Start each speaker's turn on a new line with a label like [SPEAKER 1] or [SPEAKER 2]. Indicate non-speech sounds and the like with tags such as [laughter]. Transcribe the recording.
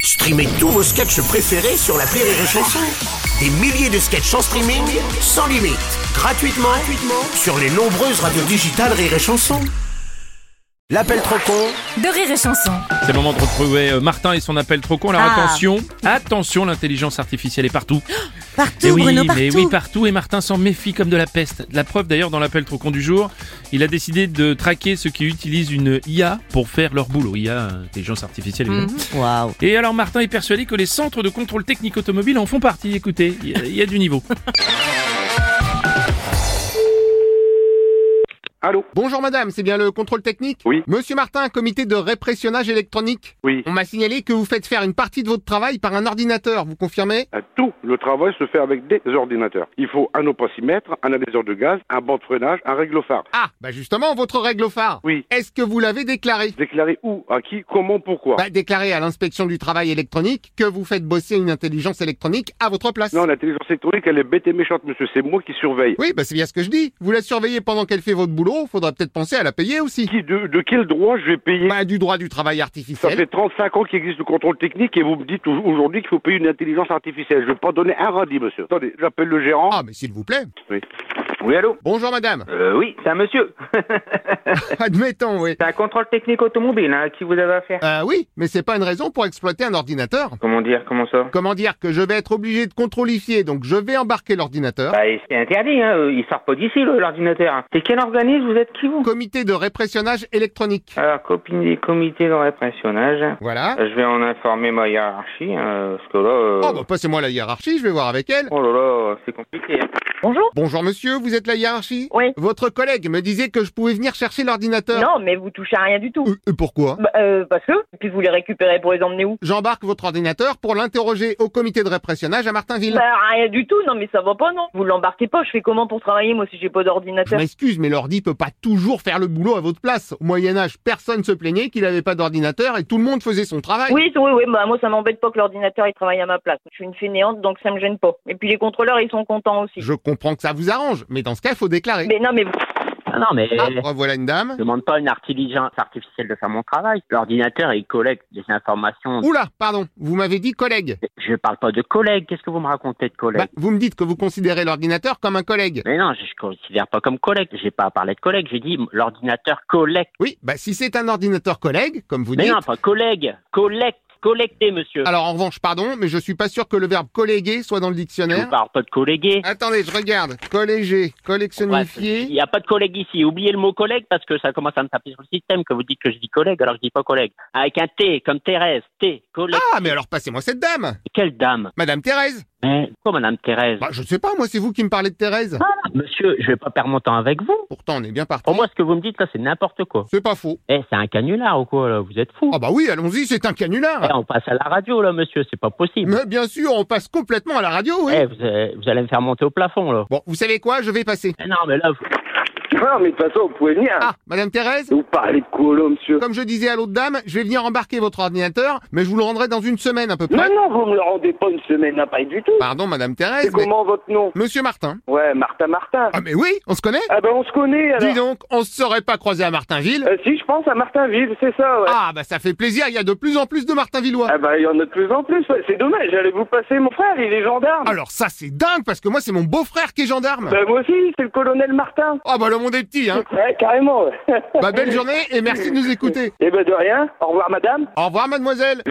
[SPEAKER 1] Streamez tous vos sketchs préférés sur la Rire et Chanson. Des milliers de sketchs en streaming, sans limite, gratuitement, gratuitement sur les nombreuses radios digitales Rire et Chanson. L'appel trop con
[SPEAKER 2] de rire et chanson.
[SPEAKER 3] C'est le moment de retrouver euh, Martin et son appel trop con. Alors
[SPEAKER 2] Ah.
[SPEAKER 3] attention, attention, l'intelligence artificielle est partout.
[SPEAKER 2] [gasps] Partout,
[SPEAKER 3] Et oui,
[SPEAKER 2] Bruno, partout.
[SPEAKER 3] mais oui, partout. Et Martin s'en méfie comme de la peste. La preuve d'ailleurs, dans l'appel trop con du jour, il a décidé de traquer ceux qui utilisent une IA pour faire leur boulot. IA, intelligence artificielle. évidemment.
[SPEAKER 2] Mhm. Waouh.
[SPEAKER 3] Et alors Martin est persuadé que les centres de contrôle technique automobile en font partie. Écoutez, il y a- il y, a du niveau.
[SPEAKER 4] Allô
[SPEAKER 5] Bonjour madame, c'est bien le contrôle technique
[SPEAKER 4] Oui.
[SPEAKER 5] Monsieur Martin, comité de répressionnage électronique.
[SPEAKER 4] Oui.
[SPEAKER 5] On m'a signalé que vous faites faire une partie de votre travail par un ordinateur, vous confirmez
[SPEAKER 4] Euh, Tout le travail se fait avec des ordinateurs. Il faut un opasimètre, un analyseur de gaz, un banc de freinage, un réglophare.
[SPEAKER 5] Ah, bah justement, votre règle phare.
[SPEAKER 4] Oui.
[SPEAKER 5] Est-ce que vous l'avez déclaré
[SPEAKER 4] Déclarer où, à qui, comment, pourquoi
[SPEAKER 5] Bah déclaré à l'inspection du travail électronique que vous faites bosser une intelligence électronique à votre place.
[SPEAKER 4] Non, l'intelligence électronique, elle est bête et méchante, monsieur. C'est moi qui surveille.
[SPEAKER 5] Oui, bah c'est bien ce que je dis. Vous la surveillez pendant qu'elle fait votre boulot, faudrait peut-être penser à la payer aussi.
[SPEAKER 4] Qui, de, de quel droit je vais payer
[SPEAKER 5] Bah du droit du travail
[SPEAKER 4] Ça
[SPEAKER 5] artificiel.
[SPEAKER 4] fait 35 ans qu'existe le contrôle technique et vous me dites au- aujourd'hui qu'il faut payer une intelligence artificielle. Je ne vais pas donner un radis, monsieur. Attendez, j'appelle le gérant.
[SPEAKER 5] Ah mais s'il vous plaît.
[SPEAKER 4] Oui.
[SPEAKER 6] Oui, allô
[SPEAKER 4] [laughs]
[SPEAKER 5] Bonjour madame.
[SPEAKER 6] euh, Oui, c'est un monsieur.
[SPEAKER 5] Admettons, oui.
[SPEAKER 6] c'est un contrôle technique automobile hein, à qui vous avez affaire.
[SPEAKER 5] Euh oui, mais c'est pas une raison pour exploiter un ordinateur.
[SPEAKER 6] Comment dire Comment ça
[SPEAKER 5] Comment dire que je vais être obligé de contrôlifier, donc je vais embarquer l'ordinateur.
[SPEAKER 6] Bah, c'est interdit, hein. euh, il sort pas d'ici, le- l'ordinateur. hein. C'est quel organisme Vous êtes qui, vous
[SPEAKER 5] Comité de répressionnage électronique.
[SPEAKER 6] Alors, copine des comités de répressionnage. hein.
[SPEAKER 5] Voilà.
[SPEAKER 6] Euh, Je vais en informer ma hiérarchie, hein, parce que là... euh,
[SPEAKER 5] Oh, bah, passez-moi la hiérarchie, je vais voir avec elle.
[SPEAKER 6] Oh là là, c'est compliqué. hein.
[SPEAKER 5] Bonjour monsieur, vous êtes la hiérarchie
[SPEAKER 7] Oui.
[SPEAKER 5] Votre collègue me disait que je pouvais venir chercher l'ordinateur.
[SPEAKER 7] Non, mais vous touchez à rien du tout.
[SPEAKER 5] Euh, euh, pourquoi
[SPEAKER 7] Bah, euh, parce que Puis vous les récupérez pour les emmener où
[SPEAKER 5] J'embarque votre ordinateur pour l'interroger au comité de répressionnage à Martinville.
[SPEAKER 7] Bah, rien du tout, non mais ça va pas non. Vous l'embarquez pas, je fais comment pour travailler moi si j'ai pas
[SPEAKER 5] Je
[SPEAKER 7] d'ordinateur
[SPEAKER 5] m'excuse, mais l'ordi peut pas toujours faire le boulot à votre place. Au Moyen-Âge, personne se plaignait qu'il avait pas d'ordinateur et tout le monde faisait son travail.
[SPEAKER 7] Oui, oui, oui, bah moi ça m'embête pas que l'ordinateur il travaille à ma place. Je suis une fainéante donc ça me gêne pas. Et puis les contrôleurs ils sont contents aussi.
[SPEAKER 5] Je comprends que ça vous arrange, mais dans ce cas, il faut déclarer.
[SPEAKER 7] Mais non mais vous...
[SPEAKER 8] Ah non, mais
[SPEAKER 5] Ah,
[SPEAKER 7] euh.
[SPEAKER 8] je
[SPEAKER 5] revoilà une dame.
[SPEAKER 8] demande pas une intelligence artificielle de faire mon travail. L'ordinateur, il collecte des informations.
[SPEAKER 5] Oula, pardon, vous m'avez dit collègue.
[SPEAKER 8] Je parle pas de collègues. Qu'est-ce que vous me racontez de collègues
[SPEAKER 5] Bah, vous me dites que vous considérez l'ordinateur comme un collègue.
[SPEAKER 8] Mais non, je je considère pas comme collègue. J'ai pas parlé de collègue. J'ai dit l'ordinateur collecte.
[SPEAKER 5] Oui, bah si c'est un ordinateur collègue, comme vous
[SPEAKER 8] Mais
[SPEAKER 5] dites.
[SPEAKER 8] non, pas collègue. Collecte. Collecter, monsieur.
[SPEAKER 5] Alors en revanche, pardon, mais je suis pas sûr que le verbe colléguer soit dans le
[SPEAKER 8] je vous
[SPEAKER 5] dictionnaire.
[SPEAKER 8] parle pas de colléguer.
[SPEAKER 5] Attendez, je regarde. Colléger,
[SPEAKER 8] il
[SPEAKER 5] collectionnifier.
[SPEAKER 8] n'y a pas de collègue ici. Oubliez le mot collègue parce que ça commence à me taper sur le système que vous dites que je dis collègue alors que je dis pas collègue. Avec un T, comme Thérèse. T, collègue.
[SPEAKER 5] Ah, mais alors passez-moi cette dame,
[SPEAKER 8] Quelle dame
[SPEAKER 5] Madame Thérèse.
[SPEAKER 8] Mais pourquoi Madame Thérèse
[SPEAKER 5] Bah je sais pas, moi c'est vous qui me parlez de Thérèse.
[SPEAKER 8] Ah, Monsieur, je vais pas perdre mon temps avec vous.
[SPEAKER 5] Pourtant on est bien parti.
[SPEAKER 8] Pour moi, ce que vous me dites là, c'est n'importe quoi.
[SPEAKER 5] C'est pas faux.
[SPEAKER 8] Eh, c'est un canular ou quoi là Vous êtes fou.
[SPEAKER 5] Ah bah oui, allons-y, c'est un
[SPEAKER 8] Eh,
[SPEAKER 5] canular.
[SPEAKER 8] on passe à la radio là, monsieur. C'est pas possible.
[SPEAKER 5] Mais bien sûr, on passe complètement à la radio, oui.
[SPEAKER 8] Eh, vous, allez- vous allez me faire monter au plafond là.
[SPEAKER 5] Bon, vous savez quoi, je vais passer.
[SPEAKER 8] Eh, non, mais là, vous-
[SPEAKER 9] Non, Ah, mais de toute façon, vous pouvez venir.
[SPEAKER 5] Ah, Madame Thérèse,
[SPEAKER 9] Vous parlez de quoi, là, monsieur
[SPEAKER 5] comme je disais à l'autre dame, je vais venir embarquer votre ordinateur, mais je vous le rendrai dans une semaine à peu près.
[SPEAKER 9] Non, non, vous me le rendez pas une semaine, hein, pas du tout.
[SPEAKER 5] Pardon, Madame Thérèse.
[SPEAKER 9] C'est
[SPEAKER 5] Bah, mais-
[SPEAKER 9] comment votre nom
[SPEAKER 5] Monsieur Martin.
[SPEAKER 9] Ouais, Martin Martin.
[SPEAKER 5] Ah mais oui, on se connaît
[SPEAKER 9] Ah ben, on se connaît, alors.
[SPEAKER 5] Dis donc, on se serait pas croisé à Martinville
[SPEAKER 9] Euh, si, je pense à Martinville, c'est ça, ouais.
[SPEAKER 5] Ah bah ça fait plaisir, il y a de plus en plus de Martinvillois.
[SPEAKER 9] Ah ben, il y en a de plus en plus, ouais. C'est dommage, j'allais vous passer mon frère, il est gendarme.
[SPEAKER 5] Alors ça c'est dingue parce que moi c'est mon beau-frère qui est gendarme.
[SPEAKER 9] Ben, moi aussi, c'est le colonel Martin.
[SPEAKER 5] Ah bah le monde est petit hein.
[SPEAKER 9] Ouais, carrément, ouais. [laughs]
[SPEAKER 5] Bah belle journée et merci de nous écouter.
[SPEAKER 9] Eh ben, de rien. Au revoir, madame.
[SPEAKER 5] Au revoir mademoiselle.